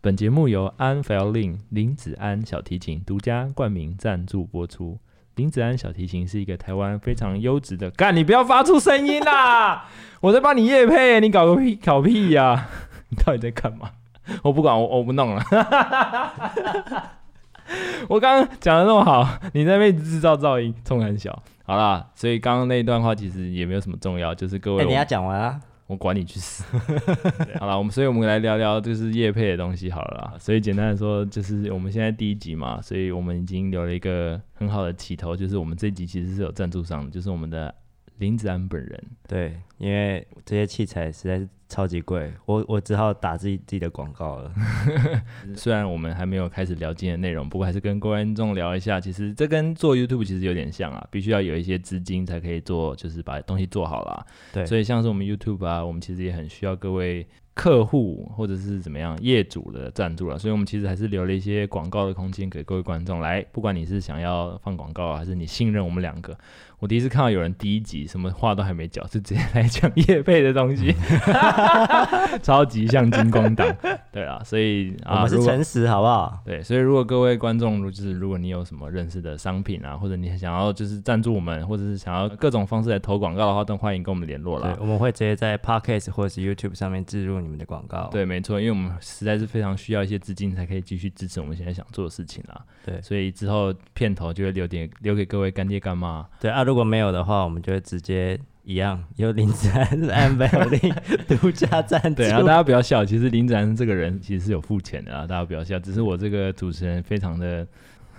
本节目由安 f e l l i n 林子安小提琴独家冠名赞助播出。林子安小提琴是一个台湾非常优质的，干你不要发出声音 啦！我在帮你夜配，你搞个屁搞屁呀、 你到底在干嘛？我不管，我我不弄了。 我刚刚讲的那么好，你在那边制造噪音，冲很小。好啦，所以刚刚那一段话其实也没有什么重要，就是各哎、位我等一们下讲完啊。我管你去死。对好了，我们所以我们来聊聊就是叶配的东西好了啦。所以简单的说，就是我们现在第一集嘛，所以我们已经留了一个很好的起头，就是我们这集其实是有赞助商的，就是我们的林子安本人。对，因为这些器材实在是超级贵，我我只好打自己自己的广告 了。虽然我们还没有开始聊今天的内容，不过还是跟各位观众聊一下。其实这跟做 YouTube 其实有点像啊，必须要有一些资金才可以做，就是把东西做好啦。对所以像是我们 YouTube 啊，我们其实也很需要各位客户或者是怎么样业主的赞助了。所以我们其实还是留了一些广告的空间给各位观众来，不管你是想要放广告啊，还是你信任我们两个。我第一次看到有人第一集什么话都还没讲，就直接来讲业配的东西，超级像金光党。对啊，所以我啊，们是如果诚实，好不好？对，所以如果各位观众，如就是如果你有什么认识的商品啊，或者你想要就是赞助我们，或者是想要各种方式来投广告的话，都欢迎跟我们联络对啦，。我们会直接在 Podcast 或者是 YouTube 上面置入你们的广告。对，没错，因为我们实在是非常需要一些资金，才可以继续支持我们现在想做的事情啦。对所以之后片头就会留点留给各位干爹干妈，对啊，如果没有的话，我们就会直接一样由林子安 安贝尔林独家赞助。对， 然后大家不要笑，其实林子安这个人其实是有付钱的啊，大家不要笑，只是我这个主持人非常的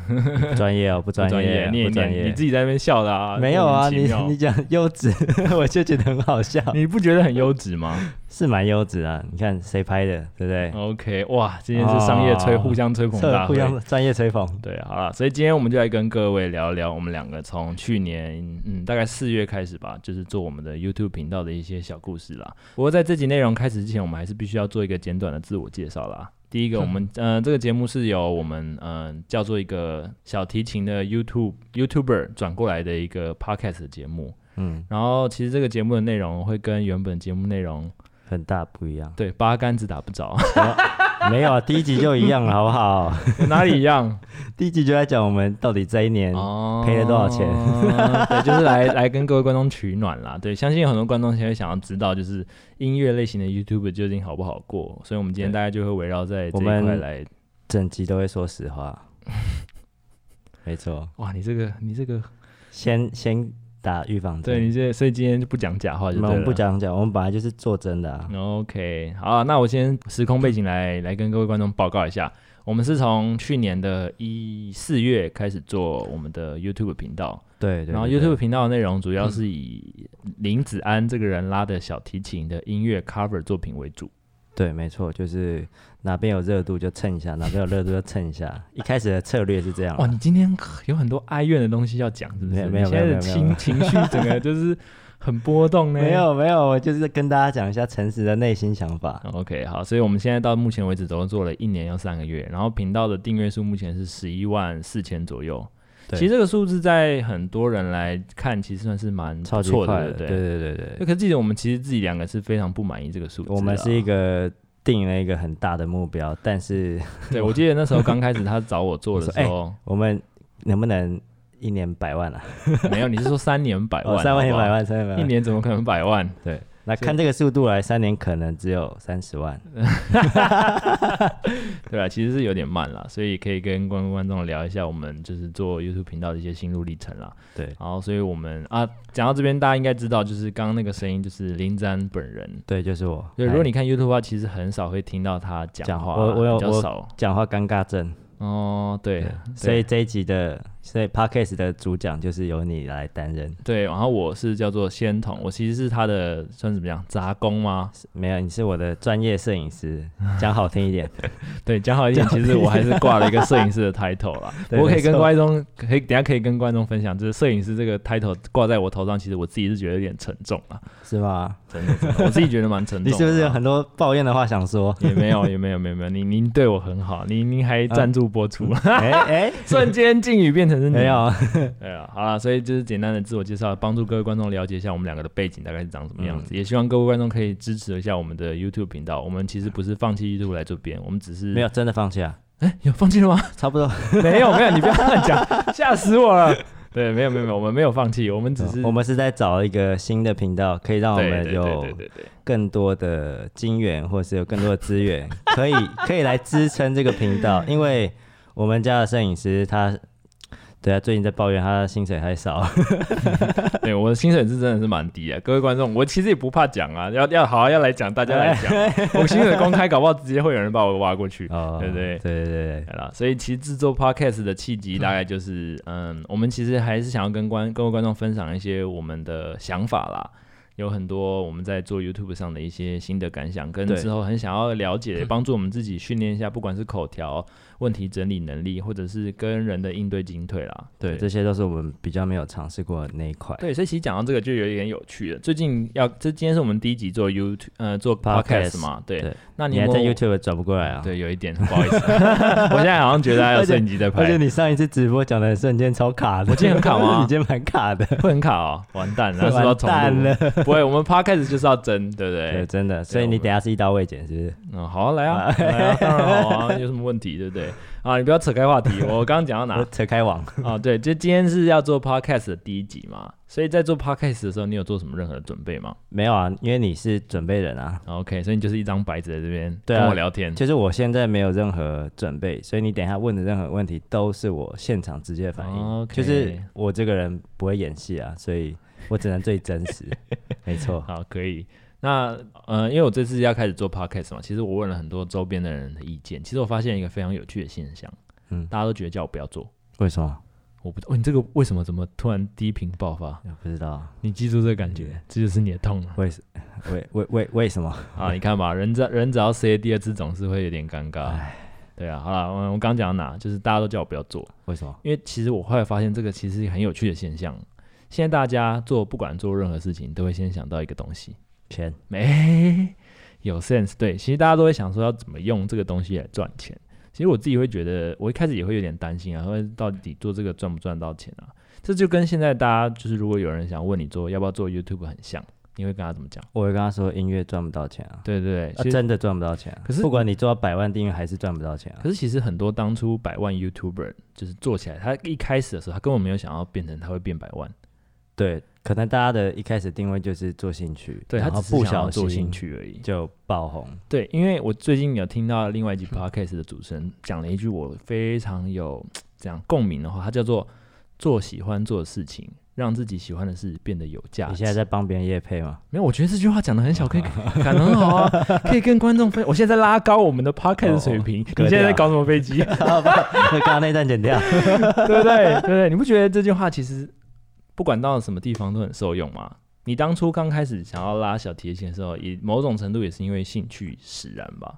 不专业哦，不不专专业，业，你也不专你业你。自己在那边笑的啊，没有啊，莫名你其妙你讲优质， 我就觉得很好 笑，你不觉得很优质吗？是蛮优质啊。你看谁拍的，对不对？ OK，哇，今天是商业吹、哦啊互相吹捧这嗯大互会。相专业吹捧。对，好了，所以今天我们就来跟各位聊聊我们两个从去年嗯大概四月开始吧，就是做我们的 YouTube 频道的一些小故事啦。不过在这集内容开始之前，我们还是必须要做一个简短的自我介绍啦。第一个，我们呃这个节目是由我们嗯、呃叫做一个小提琴的 YouTube YouTuber 转过来的一个 Podcast 的节目。嗯，然后其实这个节目的内容会跟原本节目内容很大不一样。 对八竿子打不着， 没有啊，第一集就一样了，好不好？ 哪里一样？第一集就在讲我们到底这一年，哦赔了多少钱 对，就是来来跟各位观众取暖啦。对，相信有很多观众现在想要知道，就是音乐类型的 YouTube 究竟好不好过，所以我们今天对大概就会围绕在这一我们块来。整集都会说实话。 没错，哇，你这个你这个，先先打预防针。对你这，所以今天就不讲假话就对我嗯们了。不讲讲，我们本来就是做真的啊。 OK，好啊、那我先时空背景来来跟各位观众报告一下，我们是从去年的一四月开始做我们的 YouTube 频道，对对。然后对嗯 YouTube 频道的内容主要是以林子安这个人拉的小提琴的音乐 cover 作品为主。对，没错，就是哪边有热度就蹭一下，哪边有热度就蹭一下。一开始的策略是这样啊哇，，哦你今天有很多哀怨的东西要讲，是不没是？有你没有现在没有的没情有情绪整个就是 很波动呢。没。有没有，我就是跟大家讲一下诚实的内心想法。 OK，好，所以我们现在到目前为止总共做了一年又三个月，然后频道的订阅数目前是十一万四千左右。对其实这个数字在很多人来看，其实算是蛮不超级错快的，的，对对不对。对对对那可是记得我们其实自己两个是非常不满意这个数字啊。我们是一个定了一个很大的目标，但是对，我记得那时候刚开始他找我做的时候，我们能不能一年百万啊？没有，你是说三年百万，哦，三万好一不好百，万，三万一百一万。年怎么可能百万？对，那看这个速度来，三年可能只有三十万。对啊，其实是有点慢啦，所以可以跟观观众聊一下我们就是做 YouTube 频道的一些心路历程啦。对然后，所以我们啊，讲到这边，大家应该知道，就是刚刚那个声音就是林詹本人。对，就是我。对，如果哎你看 YouTube 的话，其实很少会听到他讲讲话啊，我我有比较我少。哎讲话尴尬症，哦，对，所以这一集的，所以 podcast 的主讲就是由你来担任。对，然后我是叫做仙童，我其实是他的算怎么样杂工吗？没有，你是我的专业摄影师，讲好听一 点。对，讲好一点，其实我还是挂了一个摄影师的 title 啦。 对我可以跟没错观众，可以等一下可以跟观众分享，就是摄影师这个 title 挂在我头上，其实我自己是觉得有点沉重啦。是吗？真的，真的我自己觉得蛮沉重的你啊。是不是有很多抱怨的话想说 ？也没有，也 没有，没有，没有。您您对我很好，您您还赞助播出， 哎哎、瞬间敬语变成成是你没有，啊，对啊，好了，所以就是简单的自我介绍，帮助各位观众了解一下我们两个的背景大概是长什么嗯样子，也希望各位观众可以支持一下我们的 YouTube 频道。我们其实不是放弃 YouTube 来这边，我们只是没有真的放弃啊，哎 有放弃了吗？差不多。 没有没有，你不要乱 讲，吓死我了。对，没有没有没有，我们没有放弃，我们只是啊我们是在找一个新的频道，可以让我对们对有对对对对更多的金源，或是有更多的资源，可以 可以来支撑这个频道。因为我们家的摄影师他，对啊，最近在抱怨他的薪水 太少，对，对我的薪水是真的是蛮低啊。各位观众，我其实也不怕讲啊，要要好、啊、要来讲，大家来 讲，我薪水公开，搞不好直接会有人把我挖过去。哦，对对对对对对啦，所以其实制作 podcast 的契机大概就是，嗯，我们其实还是想要跟观各位观众分享一些我们的想法啦，有很多我们在做 YouTube 上的一些新的感想，跟对嗯之后很想要了解，帮助我们自己训练一下，不管是口条、问题整理能力，或者是跟人的应对进退啦。对，这些都是我们比较没有尝试过的那一块。对，所以其实讲到这个就有一点有趣了。最近要这今天是我们第一集做 YouTube 呃做 Podcast， podcast 嘛，对对。那你你还有在没有 YouTube 转不过来啊？，对有一点不好意思， 我现在好像觉得还有摄影机在拍而。且你上一次直播讲的瞬间超卡的，我今天很卡吗 你今天蛮卡的，会很卡哦，完蛋了，然后是不是要完重蛋录？了，不会，我们 podcast 就是要争，对不对，对？ 真的。所以我你们等一下是一刀未剪，是 不是？嗯，好啊，来啊，来啊，当然好啊，有什么问题，对不 对？啊，你不要扯开话题，我刚刚讲到我 哪？扯开网，啊，对，就今天是要做 podcast 的第一集嘛，所以在做 podcast 的时候，你有做什么任何的准备吗没有啊，因为你是准备人啊。啊？OK，所以你就是一张白纸在这边对啊跟我聊天。就是我现在没有任何准备，所以你等一下问的任何问题都是我现场直接的反应。 OK 就是我这个人不会演戏啊，所以我只能最真实。 没错，好，可以。那呃，因为我这次要开始做 podcast 嘛，其实我问了很多周边的人的意见，其实我发现一个非常有趣的现象，嗯大家都觉得叫我不要做，为什么？我不，哦，你这个为什么怎么突然低频爆发？我不知道你记住这个感觉，这就是你的痛了为什为为为为什么？啊！你看吧，人只人只要 say 第二次，总是会有点尴尬。对啊，好了，我我刚讲到哪，就是大家都叫我不要做，为什么？因为其实我后来发现这个其实很有趣的现象。现在大家做不管做任何事情，都会先想到一个东西，钱没、 有 sense。对，其实大家都会想说要怎么用这个东西来赚钱。其实我自己会觉得，我一开始也会有点担心啊，说到底做这个赚不赚到钱啊？这就跟现在大家就是，如果有人想问你做要不要做 YouTube 很像，你会跟他怎么讲？我会跟他说音乐赚不到钱啊，对对对，啊其实、真的赚不到钱、啊。可是不管你做到百万订阅还是赚不到钱啊。可是其实很多当初百万 YouTuber 就是做起来，他一开始的时候，他根本没有想要变成他会变百万，对，可能大家的一开始定位就是做兴趣，对他然后只是不想小要做心兴趣而已。就爆红。对，因为我最近有听到另外一 集 podcast 的主持人讲了一句我非常有这样共鸣的话，它叫做“做喜欢做的事情，让自己喜欢的事变得有价值”。你现在在帮别人夜配 吗？没有？我觉得这句话讲的很小，可以感得很好啊，可以跟观众分。我现在在拉高我们的 podcast 的水平，哦格你现在在调啊搞什么飞机？刚刚那段剪 掉。对不对？对不对？你不觉得这句话其实不管到什么地方都很受用吗？你当初刚开始想要拉小提琴的时候，也某种程度也是因为兴趣使然吧？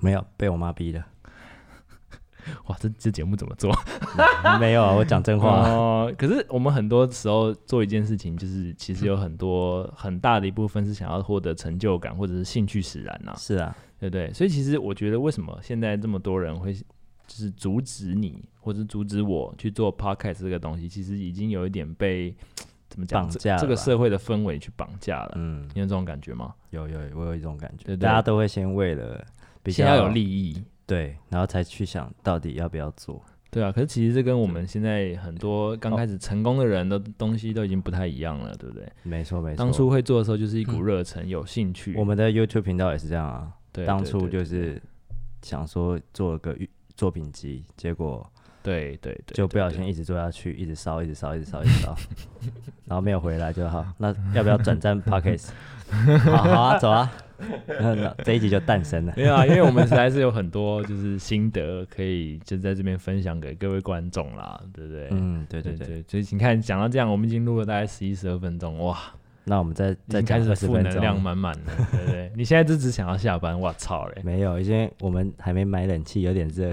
没有被我妈逼的， 哇，这这节目怎么 做？没有啊，我讲真话。哦，可是我们很多时候做一件事情，就是其 实有很多很大的一部分是想要获得成就感或者是兴趣使然呐、是啊，对不对？所以其实我觉得，为什么现在这么多人会就是阻止你，或者是阻止我去做 podcast 这个东西，其实已经有一点被怎么讲绑这架了这个吧社会的氛围去绑架了。嗯，你有这种感觉吗？有有，我有一种感觉，对对大家都会先为了比较先要有利益，对，然后才去想到底要不要做。对啊。可是其实这跟我们现在很多哦刚开始成功的人的东西都已经不太一样了，对不对？没错没错，嗯当初会做的时候就是一股热忱，有兴趣。我们的 YouTube 频道也是这样啊，对，当对初对就是想说做个预作品集，结果对对对，就不小对心一直做下去，一直烧，一直烧，一直烧，一直 烧，然后没有回来就好。那要不要 转战 Pockets？好好啊，走啊，那那这一集就诞生了。 没有啊，因为我们实在是有很多就是心得可以就在这边分享给各位观众啦，对不对？嗯，对对对对，对。所以你看讲到这样，我们已经录了大概十一十二分钟，哇，那我们再已再经讲开始20负分能量钟？满满的，对不对？ 你现在就只想要下班，我操嘞！ 没有，因为我们还没买冷气，有点热。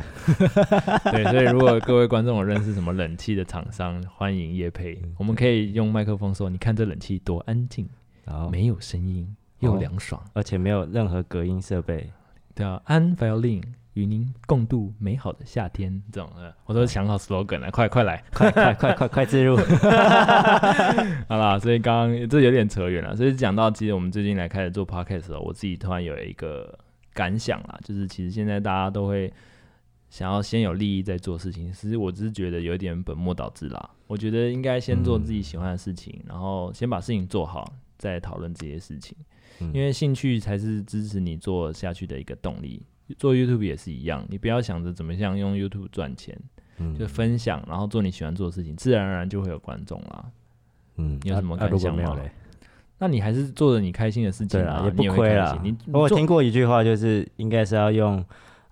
对，所以如果各位观众有认识什么冷气的厂商，欢迎叶配，嗯我们可以用麦克风说，你看这冷气多安静，然后没有声音又哦凉爽，而且没有任何隔音设备，对啊，安 violin 与您共度美好的夏天，这种的，我都想好 slogan 了，快快来，快 快快快快自入，好啦，所以刚刚这有点扯远了，所以讲到其实我们最近来开始做 podcast 的时候，我自己突然有一个感想啦，就是其实现在大家都会想要先有利益再做事情，其实我只是觉得有点本末倒置啦。我觉得应该先做自己喜欢的事情，然后先把事情做好，再讨论这些事情，嗯因为兴趣才是支持你做下去的一个动力。做 YouTube 也是一样，你不要想着怎么样用 YouTube 赚钱，嗯就分享，然后做你喜欢做的事情，自然而然就会有观众啦。嗯你有什么啊啊感如果想没有吗嘞？那你还是做着你开心的事情对啦，啊，也不你会亏开啦心。你你。我有做听过一句话，就是应该是要用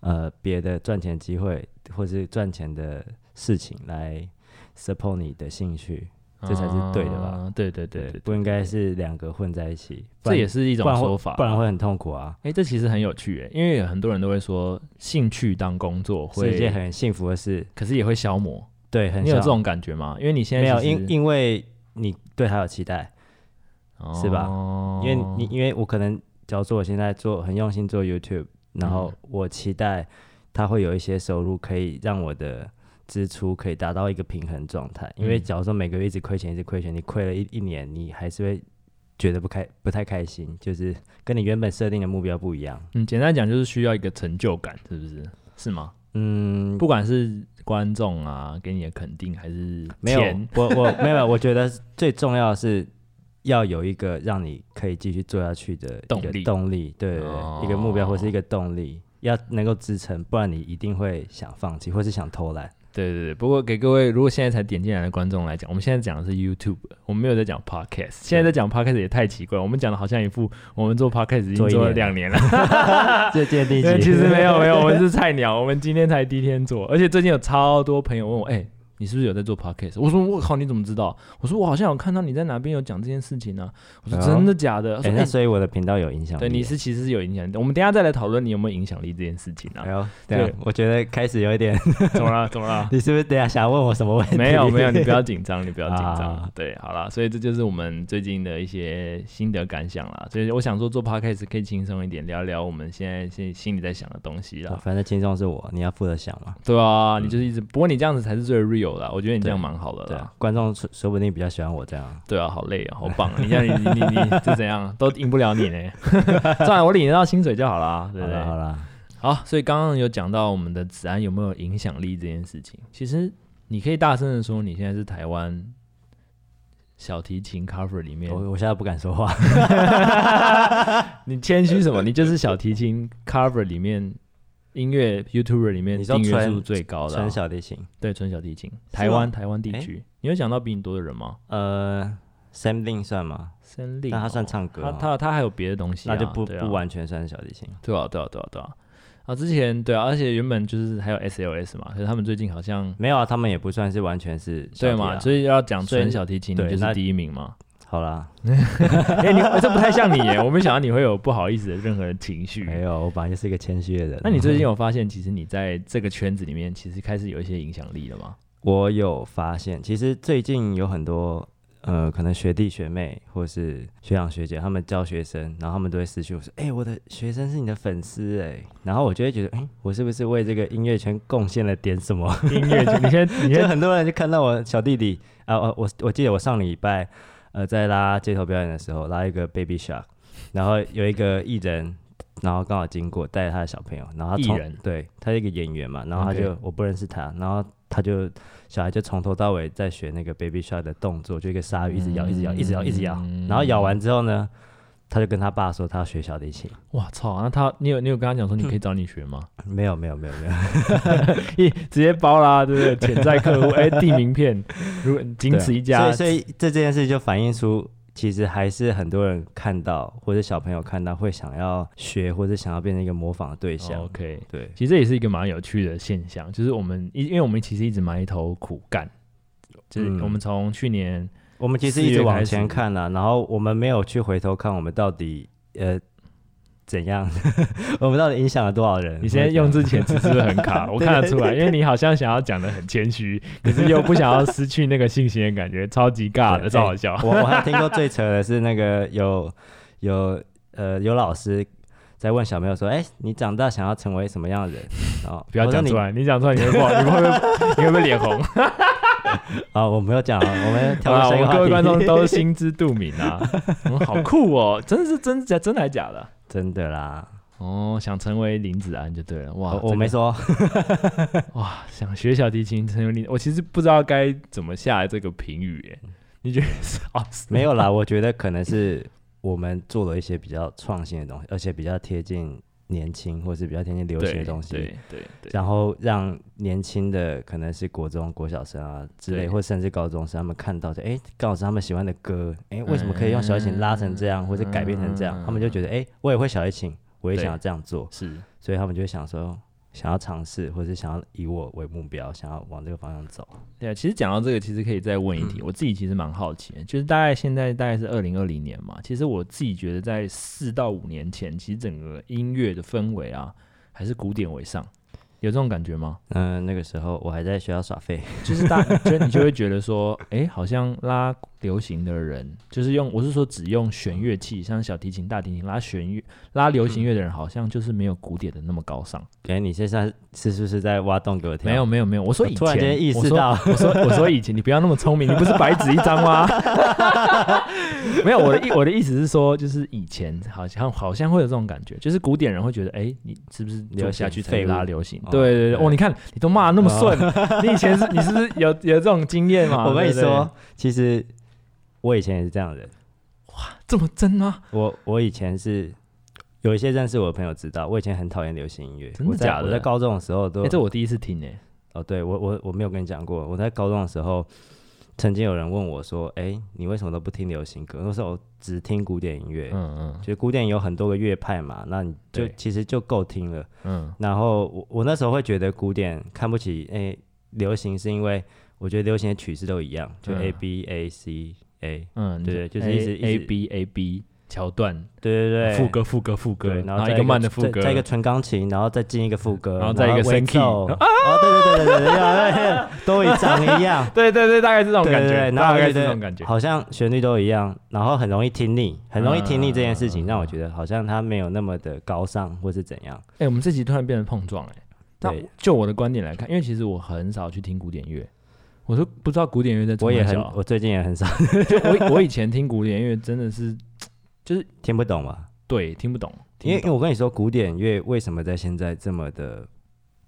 呃别的赚钱机会或是赚钱的事情来 support 你的兴趣，这才是对的吧啊对对对对，不应该是两个混在一起。不这然也是一种不然会说法。不然会很痛苦啊，哎，这其实很有趣哎，因为有很多人都会说兴趣当工作是一件会，很幸福的事。可是也会消磨。对，很你有像这种感觉吗？因为你现在没有？其实因因为你对他有期待，是吧？哦因为你因为我可能，假如说我现在做很用心做 YouTube，然后我期待它会有一些收入，可以让我的支出可以达到一个平衡状态。因为嗯假如说每个月一直亏钱，一直亏钱，你亏了一一年，你还是会觉得不开不太开心，就是跟你原本设定的目标不一样。嗯，简单讲就是需要一个成就感，是不是？是吗？嗯，不管是观众啊给你的肯定，还是没有钱，我我没有，我觉得最重要的是。要有一个让你可以继续做下去的一动个力动力，对对对哦一个目标或是一个动力，要能够支撑，不然你一定会想放弃或是想 偷懒。 对对对，不过给各位如果现在才点进来的观众来讲，我们现在讲的是 YouTube，我们没有在讲 Podcast。现在在讲 Podcast 也太奇怪，我们讲的好像一副我们做 Podcast 已经做一做了年两 年了，这这第一因集为其实没有没有，我们是菜 鸟，我们今天才第一天做，而且最近有超多朋友问我，哎、你是不是有在做 podcast？我说我靠，你怎么知道？我说我好像有看到你在哪边有讲这件事情呢、我说哎呦真的假的？他 哎说那啊哎、所以我的频道有影响力。对，你是其实是有影响力的。我们等一下再来讨论你有没有影响力这件事情啊哎。呦，对啊对，我觉得开始有一点， ？怎么了？怎么了你是不是等一下想问我什么问题？没有没有，你不要紧张，你不要紧张啊。对，好啦，所以这就是我们最近的一些心得感想啦。所以我想说，做 podcast 可以轻松一点，聊聊我们现在现心里在想的东西啦。 反正轻松是我，你要负责想嘛。对啊，你就是一直，不过你这样子才是最 real 的，我觉得你这样对蛮好的对啦啊。，观众说说不定比较喜欢我这样。对啊，好累啊，好棒啊！你这样你你你你是怎样，都赢不了你呢。算了，我领得到薪水就好啦，对好不了好对？了，好，所以刚刚有讲到我们的子安有没有影响力这件事情，其实你可以大声的说，你现在是台湾小提琴 cover 里面我我现在不敢说话。你谦虚呃什么？你就是小提琴 cover 里面音乐 YouTuber 里面你说订阅纯数最 高的啊、纯小提琴，对纯小提琴，台湾台湾地诶区，你有讲到比你多的人吗？呃，Sam Lin 算吗？森林哦，那他算唱歌他哦他他还有别的东西啊、那就不对啊不完全算是小提琴。对啊对啊对啊对啊啊！之前对啊，而且原本就是还有 SLS 嘛，可是他们最近好像没有啊，他们也不算是完全是小对提嘛，啊所以要讲所以纯小提琴，你对就是那第一名嘛。 好啦，哎，你这不太像你 耶，我没想到你会有不好意思的任何情绪。没有，我本来就是一个谦虚的人。那你最近有发现，其实你在这个圈子里面，其实开始有一些影响力了吗？ 我有发现，其实最近有很多呃，可能学弟学妹或是学长学姐，他们教学生，然后他们都会私讯我说：“哎、我的学生是你的粉丝哎。”然后我就会觉得，哎、我是不是为这个音乐圈贡献了点什么？ 音乐圈，你先你就先很多人就看到我小弟弟啊，我我我记得我上礼拜呃在拉街头表演的时候拉一个 Baby Shark，然后有一个艺人，然后刚好经过带着他的小朋友，然后他艺从人对他是一个演员嘛，然后他就我不认识他，然后他就小孩就从头到尾在学那个 Baby Shark 的动作，就一个鲨鱼一直咬一直咬一直咬一直咬，嗯然后咬完之后呢，他就跟他爸说他要学小提琴，哇操！那他，你有你有跟他讲说你可以找你学 吗？没有没有没有没有，一直接包啦，对不 对？潜在客户，哎，递名片，如果仅此一家，所以，所以这件事就反映出，其实还是很多人看到或者小朋友看到会想要学，或者想要变成一个模仿的对象。哦 OK。对，其实这也是一个蛮有趣的现象，就是我们因因为我们其实一直埋头苦干，就是嗯我们从去年我们其实一直往前看了、然后我们没有去回头看我们到底呃怎样， 我们到底影响了多少人。你现在用之前词是不是很 卡？我看得出来，因为你好像想要讲的很谦虚，可是又不想要失去那个信心的感觉，超级尬的，对超好笑。我我还听过最扯的是那个有有呃有老师在问小朋友说：“哎、你长大想要成为什么样的人？”然后不要我说讲你出来，你讲出来你会不好，你会不会你会不会脸 红？啊，我没有 讲啊，我们好跳啦，到我下一个们话各位题观众都心知肚明 啊，嗯好酷哦，真的是真假真的还假的？ 真的啦，哦，想成为林子安就对了，哇，我这我个没说， 哇，哦想学小提琴成为林，我其实不知道该怎么下这个评语耶，你觉得是哦？是没有啦，我觉得可能是我们做了一些比较创新的东西，而且比较贴近年轻，或是比较贴近流行对的东西，对对对，然后让年轻的可能是国中、国小生啊之类，对或甚至高中生，他们看到说，哎，刚好是他们喜欢的歌，嗯哎，为什么可以用小提琴拉成这样，或者改变成这样？他们就觉得，哎，我也会小提琴，我也对想要这样做，是所以他们就会想说。想要尝试，或者是想要以我为目标，想要往这个方向走。对啊，其实讲到这个，其实可以再问一题，我自己其实蛮好奇的，就是大概现在大概是二零二零年嘛，其实我自己觉得在四到五年前，其实整个音乐的氛围啊，还是古典为上，有这种感觉吗？嗯、那个时候我还在学校耍废， 就是大，就你就会觉得说，哎、好像拉流行的人，就是用我是说只用弦乐器，像小提琴、大提琴拉弦乐、拉流行乐的人，好像就是没有古典的那么高尚。感觉你现在是是不是在挖洞给我跳？没有，没有没有，我说我以前，突然间意识到我说我说我说 以前，你不要那么聪明，你不是白纸一张吗？ 没有，我的意我的意思是说，就是以前好像好像会有这种感觉，就是古典人会觉得，哎、你是不是留流下行去才废物拉流行？哦对对对，对哦哦，你看你都骂得那么顺， 你以前是你是不是有有这种经验嘛？ 我跟你对不对说，，其实我以前也是这样的人。这么真吗？我我以前是有一些认识我的朋友知道，我以前很讨厌流行音乐。真的我在假的我在高中的时候都、哎、这我第一次听诶、哦，对我我我没有跟你讲过，我在高中的时候。曾经有人问我说：“哎、你为什么都不听流行歌？”那时候我只听古典音乐，嗯其实古典有很多个乐派嘛，那你就对其实就够听了。嗯嗯，然后我我那时候会觉得古典看不起诶、流行，是因为我觉得流行的曲式都一样，就嗯 A B A C A，嗯，对就是一直 A 一 A 直 B A B 桥段对对对，副歌副歌副歌，对，然后后再一个慢的副歌，再再一个纯钢琴，然后再进一个副歌，然后再一个尾升 key，奏哦，对对对对对对对，都一长一样对对对，大 概是这种对感对觉，对，然后大我概觉是这得种感觉。好像旋律都一样，然后很容易听腻，很容易听腻这件事情，啊让我觉得好像它没有那么的高尚，或是怎样。哎、我们这集突然变成碰撞、哎，那对就我的观点来看，因为其实我很少去听古典乐，我都不知道古典乐在我也冲很哪，小我最近也很少 就我我以前听古典乐真的是听不懂吧，对听 不懂，因为听因为我跟你说，古典乐为什么在现在这么的，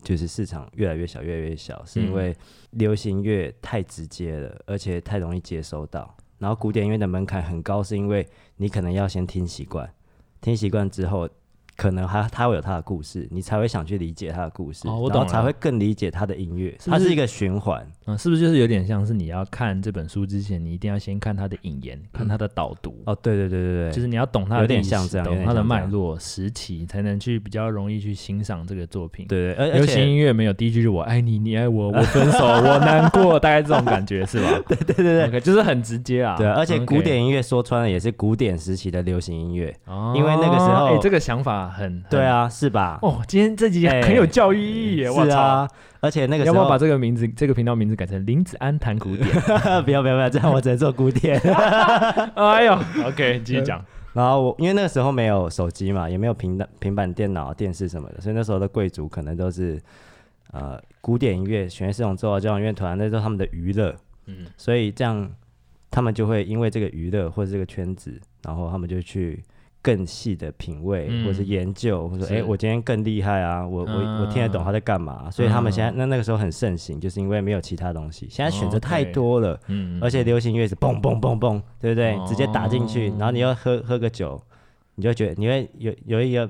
就是市场越来越小，越来越小，是因嗯为流行乐太直接了，而且太容易接收到。然后古典音乐的门槛很高，是因为你可能要先听习惯，听习惯之后，可能它它会有它的故事，你才会想去理解它的故事，哦我然后懂才了会更理解它的音乐。是不它是是一个循环，嗯、是不是就是有点像是你要看这本书之前，你一定要先看它的引言，看它的导读。嗯哦，对对对对对，就是你要懂它的有点历史像这样有懂点它的像这脉样络、时期，才能去比较容易去欣赏这个作品。对对， 而而流行且音乐没有第一句是我爱你，你爱我，我分 手，我难过，大概这种感觉是吧？对对对对就是很直接啊。对，而且 OK 古典音乐说穿了也是古典时期的流行音乐。哦因为那个时候哎，这个想法很对，啊，是吧？很哦，今天这集哎很有教育意义耶，我是操！啊，而且那个你时要候不要把这个名字、这个频道名字改成林子安谈古 典？不要不要不要，这样我只能做古典。哎呦，OK，继续 讲。然后我因为那个时候没有手机嘛，也没有平板平板电脑、电视什么的，所以那时候的贵族可能都是呃古典音乐、弦乐四重奏啊、交响乐团，那都是他们的娱乐。嗯，所以这样他们就会因为这个娱乐或者这个圈子，然后他们就去。更细的品味，嗯或是研究，或者是说，哎、我今天更厉害啊！我我我听得懂他在干嘛、所以他们现在那那个时候很盛行，就是因为没有其他东西，现在选择太啊哦 OK 多了。嗯而且流行乐是蹦蹦蹦蹦，对不对？哦直接打进去，然后你要喝喝个酒，你就觉得你会有有一个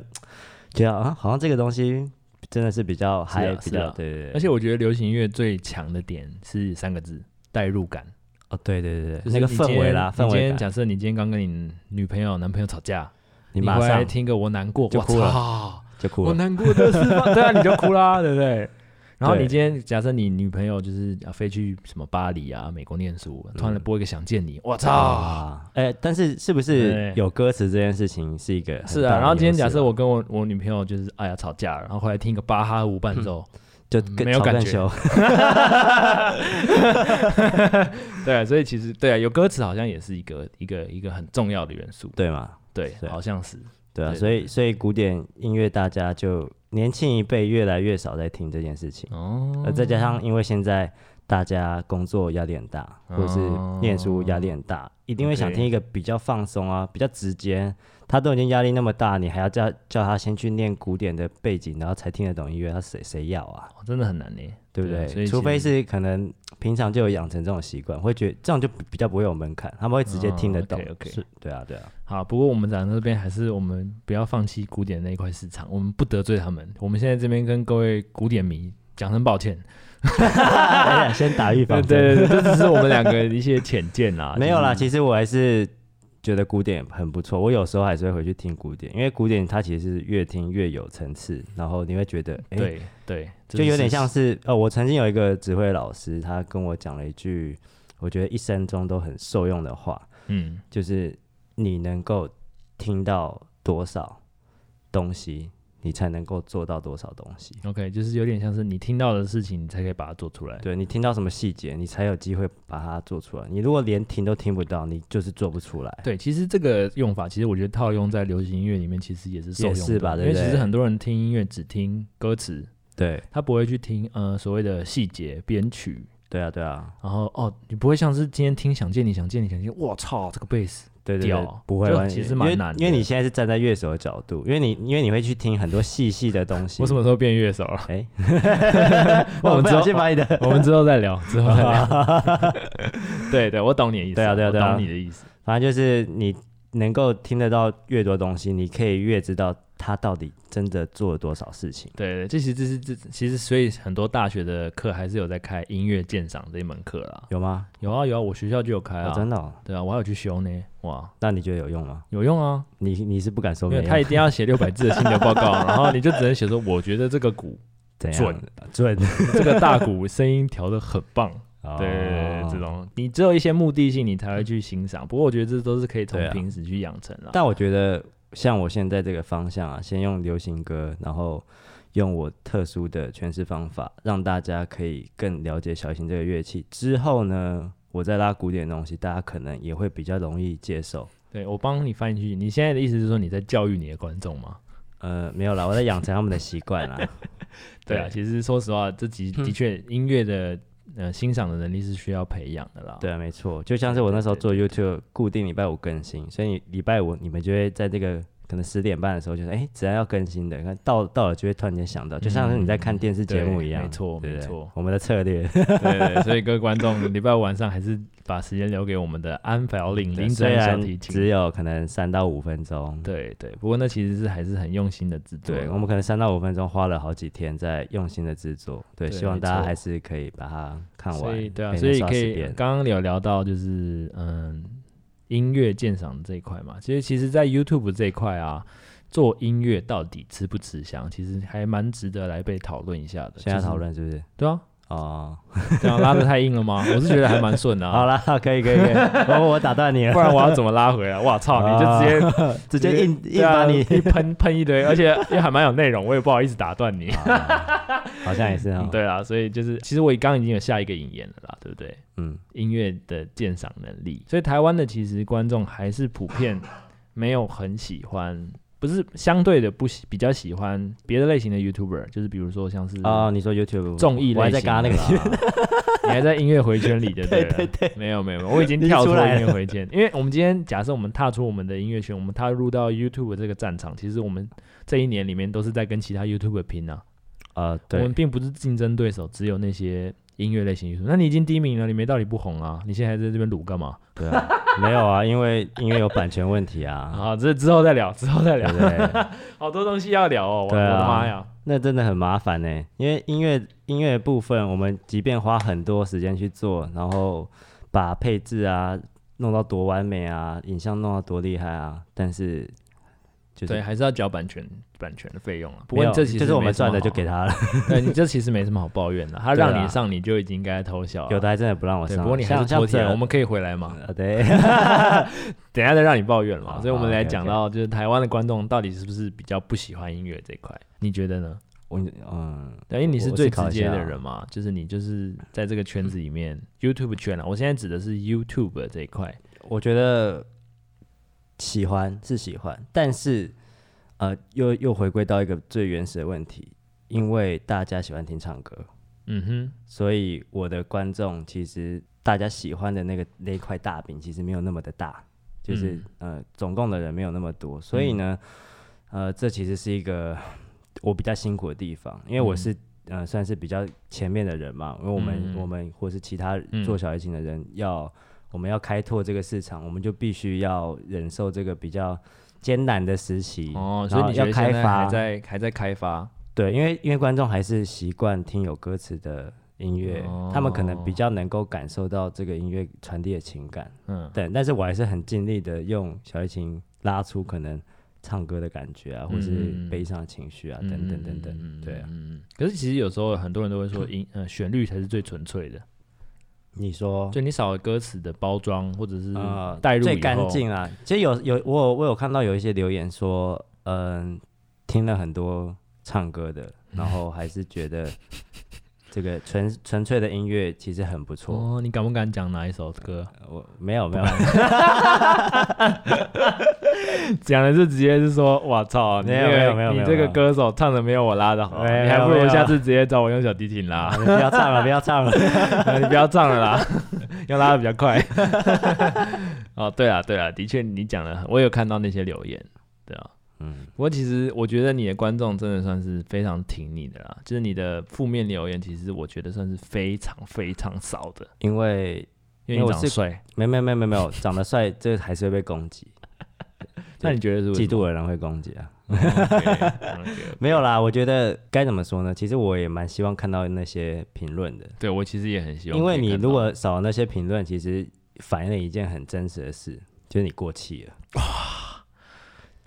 觉得啊，好像这个东西真的是比较是啊嗨、比是较啊对对对，而且我觉得流行音乐最强的点是三个字：代入感。哦对对就对对，是那个你氛今围天啦，氛你今围天感，假设你今天刚跟你女朋友、男朋友吵架，你回马来上听个我难过，就我哭了操就哭我了。啊难过的是 吧？对啊，你就哭啦，对不对？然后你对今天假设你女朋友就是啊飞去什么巴黎啊、美国念书，突嗯然播一个《想见你》，我操！啊！哎，但是是不是对有歌词这件事情是一个很是大啊，的然后今天优势假设啊我跟我我女朋友就是哎呀吵架了，然后回来听个巴哈舞伴 奏，就嗯更没有吵感更觉凶对啊，所以其实对啊，有歌词好像也是一个一个一个很重要的元素， 对嘛？对，是啊好像是对啊，对所对以所以古典音乐大家就年轻一辈越来越少在听这件事情，哦，呃，再加上因为现在大家工作压力很大，或者是哦念书压力很大，一定会想 OK 听一个比较放松啊，比较直接。他都已经压力那么大，你还要叫叫他先去念古典的背景，然后才听得懂音乐，他谁谁要啊？哦真的很难呢。对不对啊对？所以除其非实是可能平常就有养成这种习惯，会觉得这样就比较不会有门槛，他们会直接听得哦懂。 ，OK，OK 是，对啊，对 啊，好，不过我们讲到这边，还是我们不要放弃古典那一块市场，我们不得罪他们。我们现在这边跟各位古典迷讲声抱歉，哎呀先打预防对针。。对对， 这只是我们两个一些浅见啦没有啦，啊就是其实我还是觉得古典很不错。我有时候还是会回去听古典，因为古典它其实是越听越有层次，然后你会觉得，嗯哎、对对，就有点像是呃，我曾经有一个指挥老师，他跟我讲了一句我觉得一生中都很受用的话，嗯，就是你能够听到多少东西，你才能够做到多少东西。 OK，就是有点像是你听到的事情，你才可以把它做出来。对你听到什么细节，你才有机会把它做出来。你如果连听都听不到，你就是做不出来。对，其实这个用法，其实我觉得套用在流行音乐里面，其实也是受用的也是吧对因为不其对实很多人听音乐只听歌词，对他不会去听呃所谓的细节编曲，对啊，对啊，然后哦，你不会像是今天听《想见你》，想见你，想见，我操，这个贝斯对对对屌，不会就完其全实蛮难因为，因为的你现在是站在乐手的角度，因为你因为你会去听很多细细的东西。我什么时候变乐手 了？哎， 我我们 之不小后心把你的 我们之后再聊，之后再聊。 对对，我懂你的意思，对啊对啊我对啊懂你的意思。 反正就是你能够听得到越多东西，你可以越知道他到底真的做了多少事情。对对，这其实这是这其实，所以很多大学的课还是有在开音乐鉴赏这一门课啦。有吗？有啊有啊，我学校就有开哦啊。真的哦、对啊，我还有去修呢。哇，那你觉得有用吗？有用啊，你你是不敢说因没为用？他一定要写六百字的心得报 告，然后你就只能写说，我觉得这个鼓，怎样准准，这个大鼓声音调的很棒。哦对对对对，这种你只有一些目的性，你才会去欣赏。不过我觉得这都是可以从对啊平时去养成啦。但我觉得像我现在这个方向啊，先用流行歌，然后用我特殊的诠释方法，让大家可以更了解小提琴这个乐器。之后呢，我再拉古典的东西，大家可能也会比较容易接受。对我帮你翻译进去，你现在的意思是说你在教育你的观众吗？呃，没有啦，我在养成他们的习 惯啦。对啊，其实说实话，这集的确音乐的呃欣赏的能力是需要培养的啦。对啊，没错，就像是我那时 候做 YouTube，固定礼拜五更新，所以你礼拜五你们就会在这个可能十点半的时候，就是哎，只要要更新的，看到到了就会突然间想到，就像是你在看电视节目一嗯样，没错对不对没错我们的策略。对对对，所以各位观众，礼拜五晚上还是把时间留给我们的安菲林对林虽真小然提只琴。有可能三到五分钟，对对，不过那其实是还是很用心的制作啦。对，我们可能三到五分钟花了好几天在用心的制作，对，对希望没大家错还是可以把它看完，所以对啊，每所天以刷可十以遍刚刚有聊到就是嗯音乐鉴赏这一块嘛，其实其实，在 YouTube 这一块啊，做音乐到底吃不吃香，其实还蛮值得来被讨论一下的。现在就是讨论是不是？对啊，哦，这样拉的太硬了 吗？我是觉得还蛮顺的、啊。好啦，可以可以可以， 我我打断你不了，然我要怎么拉回来？哇操！你就直接、啊 直接硬硬对啊把你， 一喷喷一堆，而且也还蛮有内容，我也不好意思打断你。啊好像也是哈， 对啊，所以就是其实我刚刚已经有下一个引言了啦，对不对？嗯，音乐的鉴赏能力，所以台湾的其实观众还是普 遍没有很喜欢，不是相对的不喜，比较喜欢别的类型的 YouTuber，就是比如说像是哦，你说 YouTube 综艺我还类型的啦， 在刚刚那你个，还在音乐回圈 里的，对对对，没有没有，没有我已经跳你出出来音了乐回 圈，因为我们今天假设我们踏出我们的音乐圈，我们踏入到 YouTube 这个战场，其实我们这一年里面都是在跟其他 YouTube 拼啊，呃，我对们，并不是竞争对手，只有那些音乐类型 YouTube。那你已经第一名了，你没道理不红啊，你现在还在这边撸干嘛？对啊，没有啊，因为因为有版权问 题啊，啊，这之后再聊，之后再对聊不，对？好多东西要聊哦，我我对啊的妈呀！那真的很麻烦呢、欸因为音乐音乐的部分，我们即便花很多时间去做，然后把配置啊弄到多完美啊，影像弄到多厉害啊，但是就是对，还是要缴版权版权的费用啊。不过没有你这其实就是我们没什么赚的就好 给，他了，对你这其实没什么好抱 怨的，他对啊让你上你就已经应该偷 笑了。有的还真的不让我啊对，上。不过你还像是偷像钱，这我们可以回来嘛？啊呃 对嗯等一下再让你抱怨嘛。好所以我们好来，OK，OK 讲到就是台湾的观众到底是不是比较不喜欢音乐这一块，你觉得呢？我嗯对，因为你我是我最思考直一接下的啊人嘛，就是你就是在这个圈子里面 YouTube 圈啊，我现在指的是 YouTube 这一块。我觉得喜欢是喜欢，但是呃，又又回归到一个最原始的问题，因为大家喜欢听唱歌，嗯哼，所以我的观众其实大家喜欢的那个那一块大饼其实没有那么的大，就是、嗯呃总共的人没有那么多，所以呢，呃这其实是一个呃我比较辛苦的地方，因为我是、呃算是比较前面的人嘛，因为我们、嗯我们或是其他嗯做小提琴的人要、我们要开拓这个市场，我们就必须要忍受这个比较艰难的时期哦，嗯所然以后你觉要得开现在发还在还在开发，对，因为因为观众还是习惯听有歌词的音乐，哦他们可能比较能够感受到这个音乐传递的情感。嗯，对，但是我还是很尽力的用小提琴拉出可能唱歌的感觉啊，或嗯是嗯悲伤的情绪啊，等等等等。嗯对啊，嗯，嗯可是其实有时候很多人都会说音呃旋律才是最纯粹的，你说就你少了歌词的包装，或者是呃，嗯带入最以干后净啊。其实有有我有我有看到有一些留言说，嗯，听了很多唱歌的，然后还是觉得这个纯纯粹的音乐其实很不错。哦，你敢不敢讲哪一首歌？我没有没有讲的是直接是说，哇操，你没有这个没有没有没你有这没个有歌手唱的没有我拉的好，没有你还不没如有下次直接找我用小提琴拉啊，， 不要唱 了，不要唱了。你不要唱了啦，要拉的比较快。哦，对啊对啊，的确你讲了，我有看到那些留言，对啊。嗯，不过其实我觉得你的观众真的算是非常挺你的啦，就是你的负面留言，其实我觉得算是非常非常少的，因为因为因为你我长是得帅。没没没没没有长得帅， 这还是会被攻击，那你觉得是为什嫉么妒的人会攻击啊。 OK，OK，OK 没有啦，我觉得该怎么说呢？其实我也蛮希望看到那些评论的，对我其实也很希望可以看到，因为你如果少了那些评论，其实反映了一件很真实的事，就是你过气了。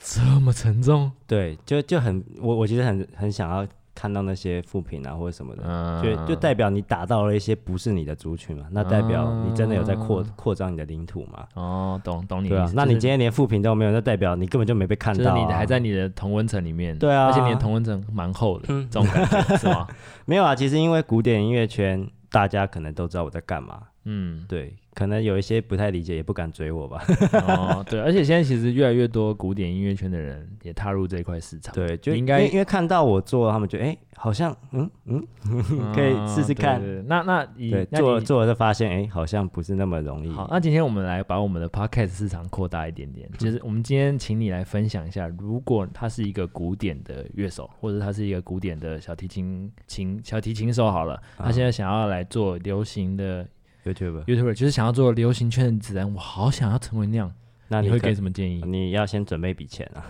这么沉重，对，就就很我我其实很很想要看到那些负评啊或者什么的，嗯，就就代表你打到了一些不是你的族群嘛，那代表你真的有在扩扩张你的领土嘛？哦，懂懂你的对意啊思，，那你就是今天连复评都没有，那代表你根本就没被看就到、是啊。你的还在你的同温层里面，对啊而且你的同温层蛮厚的，嗯这种感 觉是吗？没有啊？其实因为古典音乐圈，大家可能都知道我在干嘛，嗯，对，可能有一些不太理解，也不敢追 我吧。哦，对，而且现在其实越来越多古典音乐圈的人也踏入这一块市场，对，就你应该因为因为看到我做，他们觉得哎、好像嗯嗯，嗯，可以试试看对。对对那那以对，那做了你做了就发现哎、好像不是那么容易。好，啊那今天我们来把我们的 podcast 市场扩大一点点，嗯就是我们今天请你来分享一下，如果他是一个古典的乐手，或者他是一个古典的小提琴琴小提琴手好了，他啊现在想要来做流行的 YouTube， YouTuber，就是想要做流行圈的指南，我好想要成为那样，那你你会可嗯给什么建议？你要先准备一笔钱啊。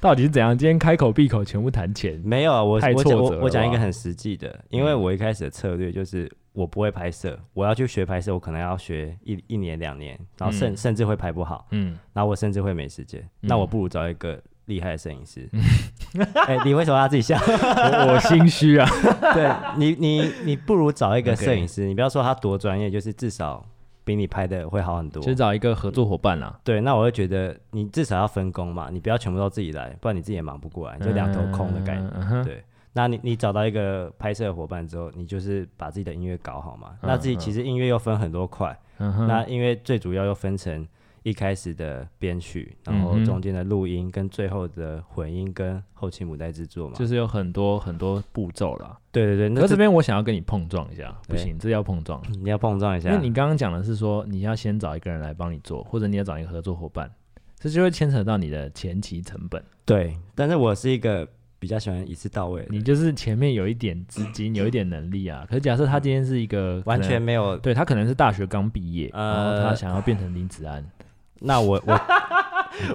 到底是怎样？今天开口闭口全部谈钱， 没有啊，我太我挫讲折了我我讲一吧嗯个很实际的，因为我一开始的策略就是我不会拍摄，我要去学拍摄，我可能要学一一年两年，然后甚、嗯甚至会拍不好，嗯，然后我甚至会没时间，那我不如找一个厉害的摄影师。嗯 哎、你为什么要自 己笑？我我心虚 啊，对你你你不如找一个 OK 摄影师，你不要说他多专业，就是至少比你拍的会好很多。就找一个合作伙伴啦、对，那我会觉得你至少要分工嘛，你不要全部都自己来，不然你自己也忙不过来，你就两头空的感觉。嗯哼对，那你你找到一个拍摄伙伴之后，你就是把自己的音乐搞好嘛。那自己其实音乐又分很多块，嗯哼，那音乐最主要又分成一开始的编曲，然嗯后哼中间的录音跟最后的混音跟后期母带制作嘛。就是有很多很多步骤啦。对对对，可那是这这边我想要跟你碰撞一下，不对行，这要碰撞。你要碰撞一因下为。你刚刚讲的是说你要先找一个人来帮你做，或者你要找一个合作伙伴，这就会牵扯到你的前期成本。对，但是我是一个比较喜欢一次到位的你就是前面有一点资金，有一点能力啊。可是假设他今天是一个可能嗯完全 没有。对他可能是大学刚毕业，呃然后他想要变成林子安，那我我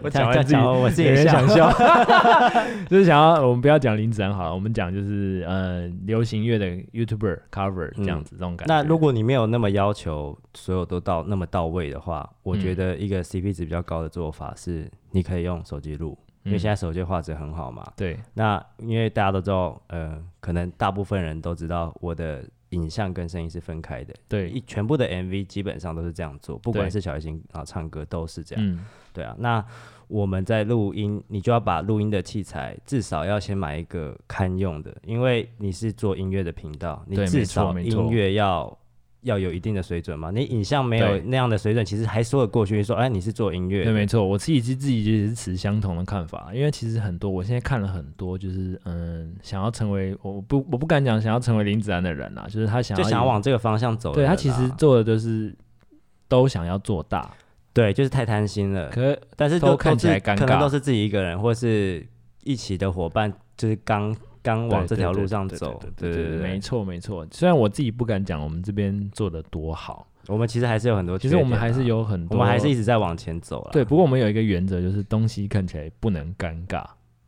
我这讲样完这样自己讲完我自己有也点想想笑，就是想要我们不要讲林子安好了，我们讲就是呃流行乐的 YouTuber cover 这样子、这种感觉。嗯那如果你没有那么要求所有都到那么到位的话，我嗯觉得一个 CP 值比较高的做法是，你可以用手机录，因为嗯现在手机画质很好嘛。对那因为大家都知道，呃，可能大部分人都知道我的影像跟声音是分开的，对一全部的 MV 基本上都是这样做，不对管是小提琴啊、唱歌都是这样。嗯对啊，那我们在录音，你就要把录音的器材至少要先买一个堪用的，因为你是做音乐的频道，你对没至错少没错音乐要要有一定的水准嘛。你影像没有对那样的水准，其实还说得过去。说，哎，你是做音乐的，对，没错，我自己是自己也是持相同的看法，因为其实很多，我现在看了很多，就是嗯，想要成为我我不我不敢讲想要成为林子安的人啦，就是他想要就想要往这个方向走的对人啊。他其实做的就是都想要做大，对，就是太贪心了。可但是都都看都起是来尴可能尬都是自己一个人，或是一起的伙伴，就是刚刚往这对对条路对上对走。对对对对，没错没错。虽然我自己不敢讲我们这边做的多好，我们其实还是有很多其缺实点啊，我们还是有很我多，们还是一直在往前走了。对，不过我们有一个原则，就是东西看起来不能尴尬，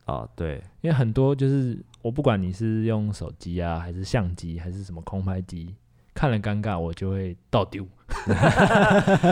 哦，对，因为很多就是我不管你是用手机啊，还是相机，还是什么空拍机，看了尴尬我就会倒丢，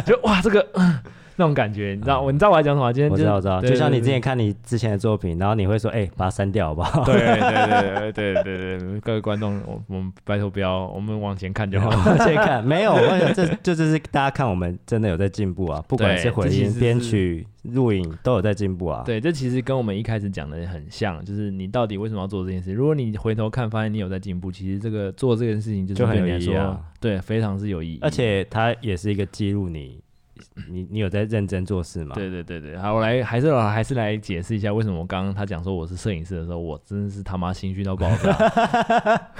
就哇这个、嗯那种感觉，你知道我你知道我在讲什么？今天我就知道，我知道，对就像对你之前看你之前的作品，然后你会说，哎，把它删掉好不 好？对对对对对对对，各位观众，我我们拜托不要，我们往前看就好。往前看， 没有，我想这这就是大家看我们真的有在进步啊，不管对是回这其音实、编是曲、录影都有在进步啊。，对，这其实跟我们一开始讲的很像，就是你到底为什么要做这件事？如果你回头看，发现你有在进步，其实这个做这件事情就是就对很有你来意义说，啊对，非常是有意义。而，且它也是一个记录你，你你有在认真做事嘛？对对对对，好，我来还是哦还是来解释一下为什么我刚刚他讲说我是摄影师的时候，我真的是他妈心虚到爆炸，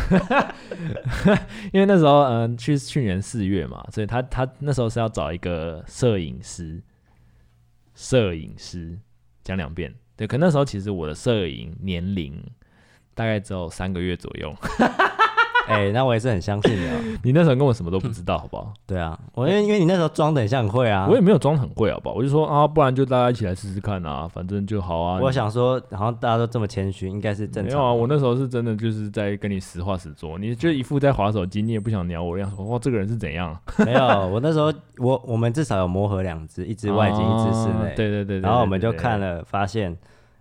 因为那时候嗯、呃去去年四月嘛，所以他他那时候是要找一个摄影师，摄影师讲两遍，对，可那时候其实我的摄影年龄。大概只有三个月左右， 哎、那我也是很相信你啊。你那时候跟我什么都不知道，好不好？对啊，我因为因为你那时候装的很像很会啊，我也没有装很会，好不好？我就说啊，不然就大家一起来试试看啊，反正就好啊。我想说，好像大家都这么谦虚，应该是正常没的。有啊，我那时候是真的就是在跟你实话实说，你就一副在划手机，你也不想鸟我，一样说哇这个人是怎样？没有，我那时候我我们至少有磨合两只，一只外景，一只室啊内。对对对对，然后我们就看了，了，发现，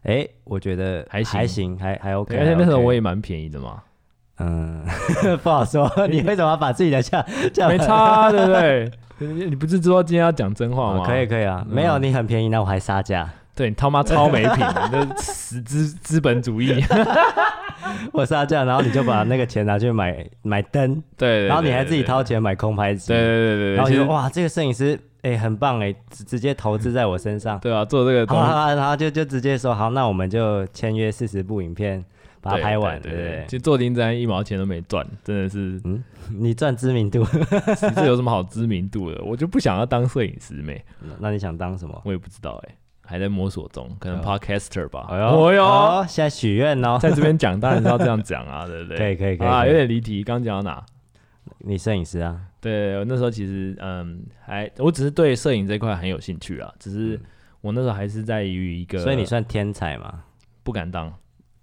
哎、我觉得还行还行，还还 OK 对还而 OK。且那时候我也蛮便宜的嘛，嗯， 不好 说。你为什么要把自己的价价没差啊，对不对？你不是知道今天要讲真话哦吗？可以，可以啊，没嗯有你很便宜，那我还杀价，对你他妈超没品，你这死资资本主义。 对我杀价，然后你就把那个钱拿去买买灯，对，对然后你还自己。掏对钱买空拍机对，对对对对，然后其你实说哇，这个摄影师哎、很棒哎、直直接投资在我身 上。对啊，做这个 好东啊西好啊，然后就就直接说好，那我们就签约四十部影片，把它对拍完，对对不对？其实做林展一毛钱都没赚，真的是你赚知名度， 你这有什么好知名度的？我就不想要当摄影师妹，那你想当什么？我也不知道哎、还在摸索中，可能哎呦 podcaster 吧。哎呦，哦哟，哦，现在许愿哦，在这边讲当然是要这样讲啊，对 不对？可哎以可以可以啊，可以有点离题，刚讲到哪？你摄影师啊，对我那时候其实嗯，还我只是对摄影这块很有兴趣啊，只是我那时候还是在于一个，嗯所以你算天才嘛？不敢当。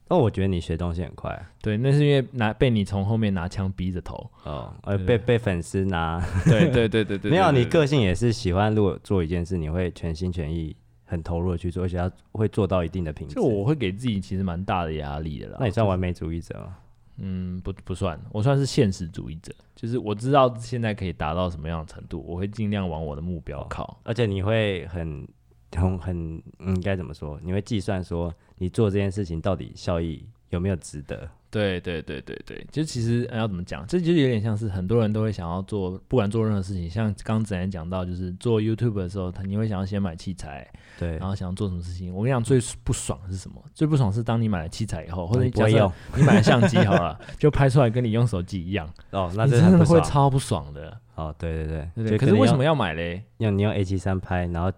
哦，我觉得你学东西很快对，那是因为拿被你从后面拿枪逼着 头。哦，呃，对被被粉丝拿，对对对对对，没有，对你个性也是喜欢，如果做一件事，你会全心全意、很投入的去做，而且要会做到一定的品质。就我会给自己其实蛮大的压力的啦。那你算完美主义者吗？嗯，不不算，我算是现实主义者，就是我知道现在可以达到什么样的程度，我会尽量往我的目标哦靠。而且你会很很很，嗯，该怎么说？你会计算说你做这件事情到底效益有没有值得？对对对对对，就其实、呃要怎么讲，这就有点像是很多人都会想要做，不管做任何事情，像刚之前讲到，就是做 YouTube 的时候，他你会想要先买器材，对然，后想要做什么事情。我跟你讲，最不爽是什么？最不爽是当你买了器材以后，或者你你不假会设用你买了相机好 了，就拍出来跟你用手机一样，哦，那你这真很的不会爽。超不爽的。哦，对对对对，不就对，可跟是你为用什么要买嘞？用你用 A 七三拍，然后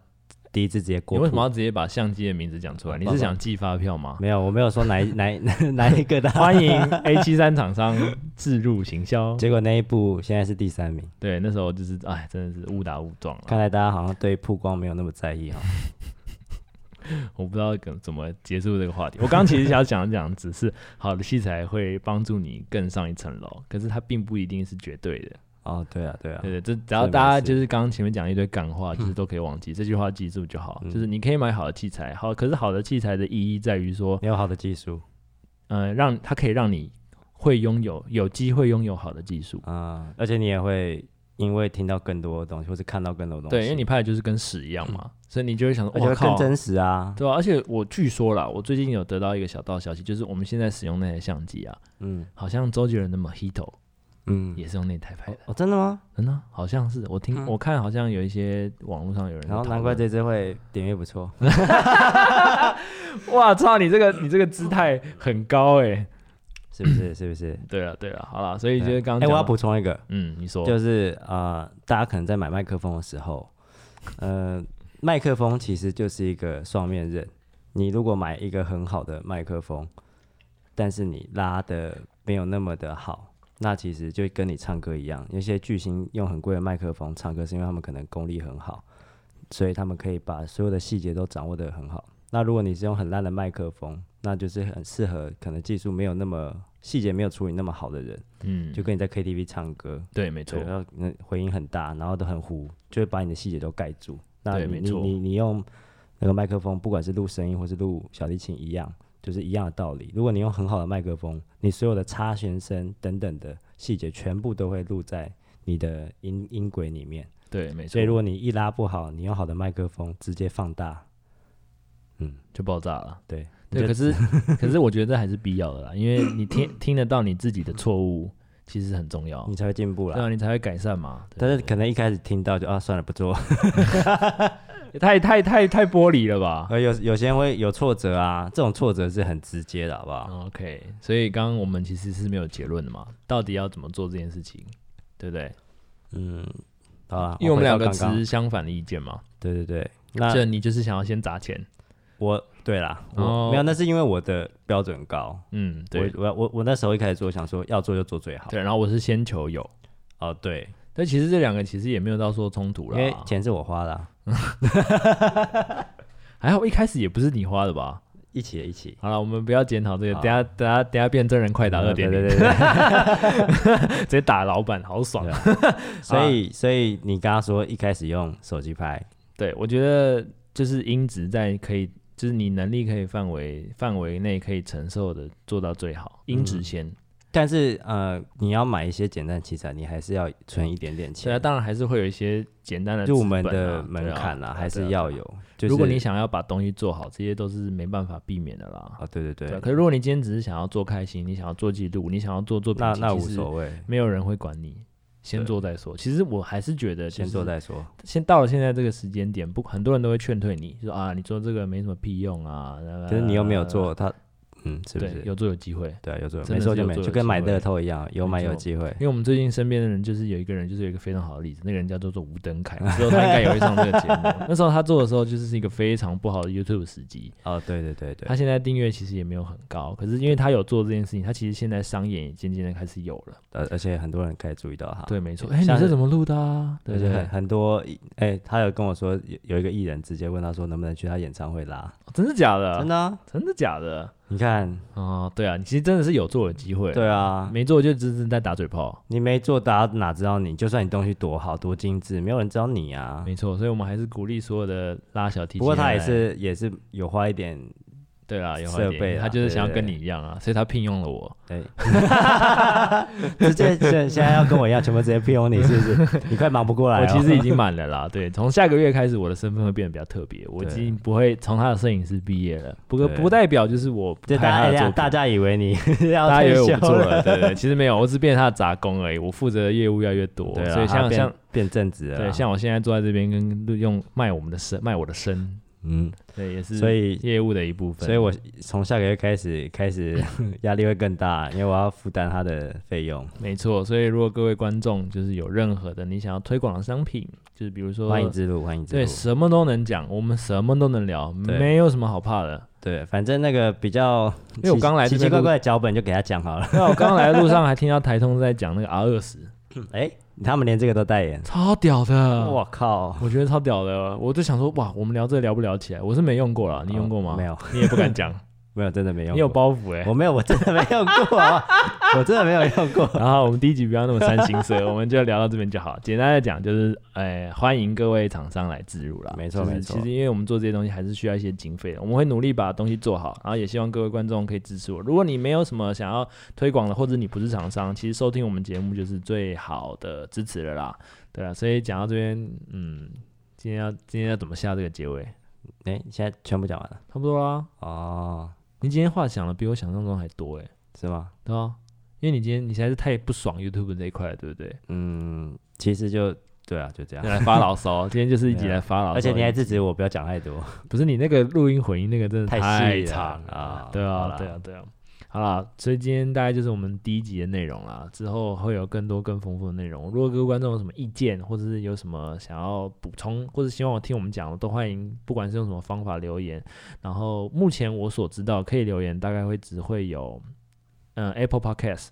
第一次直接你过？为什么要直接把相机的名字讲出来？你是想寄发票吗？没有，我没有说哪一哪一 哪一个的。 欢迎 A 七三厂商置入行 销。结果那一部现在是第三名，对，那时候就是哎，真的是误打误撞啊了。看来大家好像对曝光没有那么在意哦哈。我不知道怎怎么结束这个话题。我刚刚其实想讲讲，只是好的器材会帮助你更上一层楼，可是它并不一定是绝对的。哦，对啊，对啊，对对，这只要是大没家事就是刚刚前面讲一堆干 话，就是都可以忘记这句话，记住就好。就是你可以买好的器材，好，可是好的器材的意义在于说，你有好的技术呃，让它可以让你会拥有有机会拥有好的技术。啊、而且你也会因为听到更多的东西，或是看到更多的东西，嗯对，因为你拍的就是跟屎一样嘛，所以你就会想说，而且哇会靠更，真实啊。对啊，而且我据说啦，我最近有得到一个小道消息，就是我们现在使用那台相机啊，嗯好像周杰伦的 Mojito 嗯，也是用内台拍的，哦，真的吗？真的好像是我听、嗯我看好像有一些网络上有人在然后讨难怪论这支会点阅不 错，哇操你这个你这个姿态很高哎、是不是？是不是？对了对了，啊好了，所以就是欸对刚刚哎，我讲要到补充一个，嗯你说就是呃，大家可能在买麦克风的时候， 呃，麦克风其实就是一个双面刃。你如果买一个很好的麦克风，但是你拉的没有那么的好，那其实就跟你唱歌一样。有些巨星用很贵的麦克风唱歌，是因为他们可能功力很好，所以他们可以把所有的细节都掌握得很好。那如果你是用很烂的麦克风，那就是很适合可能技术没有那么细节没有处理那么好的人，嗯就跟你在 KTV 唱歌，对没错对，然啊后那回音很大，然后都很糊，就会把你的细节都盖住。那对你没你错你你用那个麦克风，不管是录声音或是录小提琴一样，就是一样的道理。如果你用很好的麦克风，你所有的擦弦声等等的细节全部都会录在你的音音轨里面。对嗯没所错以，如果你一拉不好，你用好的麦克风直接放大，嗯，就爆炸了。对，对，可你就是 可是我觉得这还是必要的啦，因为你听听得到你自己的错误，其实很重要你，才会进步对啊，啦。你才会改善嘛。对嗯但是可能一开始听到就啊算了 不做，太太太太玻璃了吧？而有有些人会有挫折啊，这种挫折是很直接的，好不哦好？ OK，所以刚刚我们其实是没有结论的嘛，到底要怎么做这件事情，对不对？嗯，好啦，因为我们两回到个刚刚持相反的意见嘛，对对对，那这你就是想要先砸钱，我对啦，我、哦没有，那是因为我的标准高，嗯，对我我我我那时候一开始做想说要做就做最好，对，然后我是先求有，哦对，但其实这两个其实也没有到说冲突因为啦，钱是我花的啊、还好一开始也不是你花的吧？一起一起，好了，我们不要检讨这个，好等下等下等下变真人快打二点对对零， 对对，直接打老板，好爽啊！所以所以你刚刚说一开始用手机拍，对，我觉得就是音质在可以，就是你能力可以范围范围内可以承受的做到最好，音质嗯先。但是呃，你要买一些简单器材，你还是要存一点点所以它钱，啊当然还是会有一些简单的入资门本啊的门槛对啦、啊还对是啊要对啊有，就是如果你想要把东西做好，这些都是没办法避免的啦。哦对对对啊，对，可是如果你今天只是想要做开心，你想要做记录，你想要做作品那集，那其无实所谓，没有人会管你。先对做再说。其实我还是觉得，先做，再说，先到了现在这个时间点，不，很多人都会劝退你，说啊，你做这个没什么屁用啊。可是你又没有做，他嗯是不对是？，有做有机会。对啊，有做真没的错是就有没，做就有跟机买会乐透一样，有没买有错机会因。为我们最近身边的人就是有一个人，就是有一个非常好的例子，那个人叫做做吴登凯，之后他应该也会上这个节 目。那时候他做的时候，就是一个非常不好的 YouTube 时机，哦，对对对他对，现在订阅其实也没有很高，可是因为他有做这件事情，他其实现在商演也渐渐的开始有了。而呃而且很多人可以注意到他。对，没错。对哎、像你是是怎么录的啊？对而不且对很？很多艺，哎，他有跟我说有有一个艺人直接问他说能不能去他演唱会拉，哦 真的假的？真的啊，真的假的？你看，哦，对啊，你其实真的是有做的机会，对啊，没做就只是在打嘴炮。你没做，大家哪知道你？就算你东西多好多精致，没有人知道你啊。没错，所以我们还是鼓励所有的拉小提琴。不过他哎也是也是有花一点，对啦，有啊设备啦他就是想要对跟对你一样啊，所以他聘用了我。 哎，直接现现在要跟我一样，全部直接聘用你，是不是？你快忙不过来我哦。其 实已经满了啦，对，从下个月开始，我的身份会变得比较特别，我已对经不会从他的摄影师毕业了，不过对不代表就是我不就拍大家他哎的呀作大品。家以为你 要大家以退为休我不做了，对对，其实没有，我只是变成他的杂工而已。我负责的业务越来越多，对啊，所以他像变啊像变正直了啦，对像我现在坐在这边跟录用卖我们的身卖我的身，嗯，对也是所以业务的一部分。所以我从下个月开始开始 压力会更大，因为我要负担他的费用。没错，所以如果各位观众就是有任何的你想要推广的商品，就是比如说欢迎之路，欢迎之对路。什么都能讲，我们什么都能聊，对没有什么好怕的。对，反正那个比较奇，因为我刚来这奇边奇怪录怪的脚本就给他讲 好了。对啊，我刚来的路上还听到台通在讲那个 R 二十，哎，他们连这个都代言，超屌的，我靠！我觉得超屌的。我就想说，哇，我们聊这个聊不聊起来？我是没用过啦，你用过吗？哦没，有，你也不敢讲， 没有，真的没用。你有？包袱哎、我没有，我真的没用过啊， 我真的没有用过。然后我们第一集不要那么三心 色，我们就聊到这边就好。简单的讲就是，哎、欢迎各位厂商来自入啦。没错就是没错其实因为我们做这些东西还是需要一些经费的，我们会努力把东西做好，然后也希望各位观众可以支持我。如果你没有什么想要推广的，或者你不是厂商，其实收听我们节目就是最好的支持了啦。对啊，所以讲到这边，嗯，今天要今天要怎么下这个结尾？哎，现在全部讲完了差不多啦。啊哦，你今天话讲的比我想象中还多哎、是吗？对啊，因为你今天你实在是太不爽 YouTube 这一块了，对不对？嗯，其实就对啊，就这样你。来发牢骚，今天就是一集来发牢骚，啊而且你还制止我不要讲太多， 不是你那个录音混音那个真的太太细了长啊对好啊，啦对啊，对啊。好啦，所以今天大概就是我们第一集的内容啦，之后会有更多更丰富的内容。如果各位观众有什么意见，或者是有什么想要补充，或者希望我听我们讲的，都欢迎，不管是用什么方法留言。然后目前我所知道可以留言，大概会只会有，嗯、a p p l e Podcast。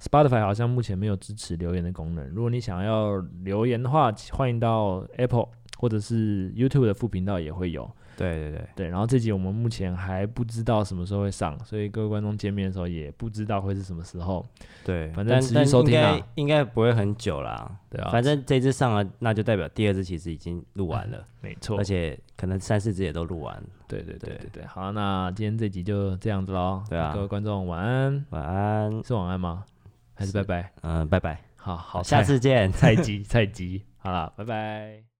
Spotify 好像目前没有支持留言的功能。如果你想要留言的话，欢迎到 Apple 或者是 YouTube 的副频道也会有。对对对，对，然后这集我们目前还不知道什么时候会上，所以各位观众见面的时候也不知道会是什么时候。对，反正但持续但收听啊应该应该不会很久啦。对啊，反正这支上了，那就代表第二支其实已经录完了，没错而，且可能三四支也都录完了。对对对对对对。好，那今天这集就这样子喽。对啊各位观众晚安，晚安，嗯、是晚安吗？还是拜拜？拜拜，好好，下菜 次见。菜鸡菜鸡，好啦，拜拜。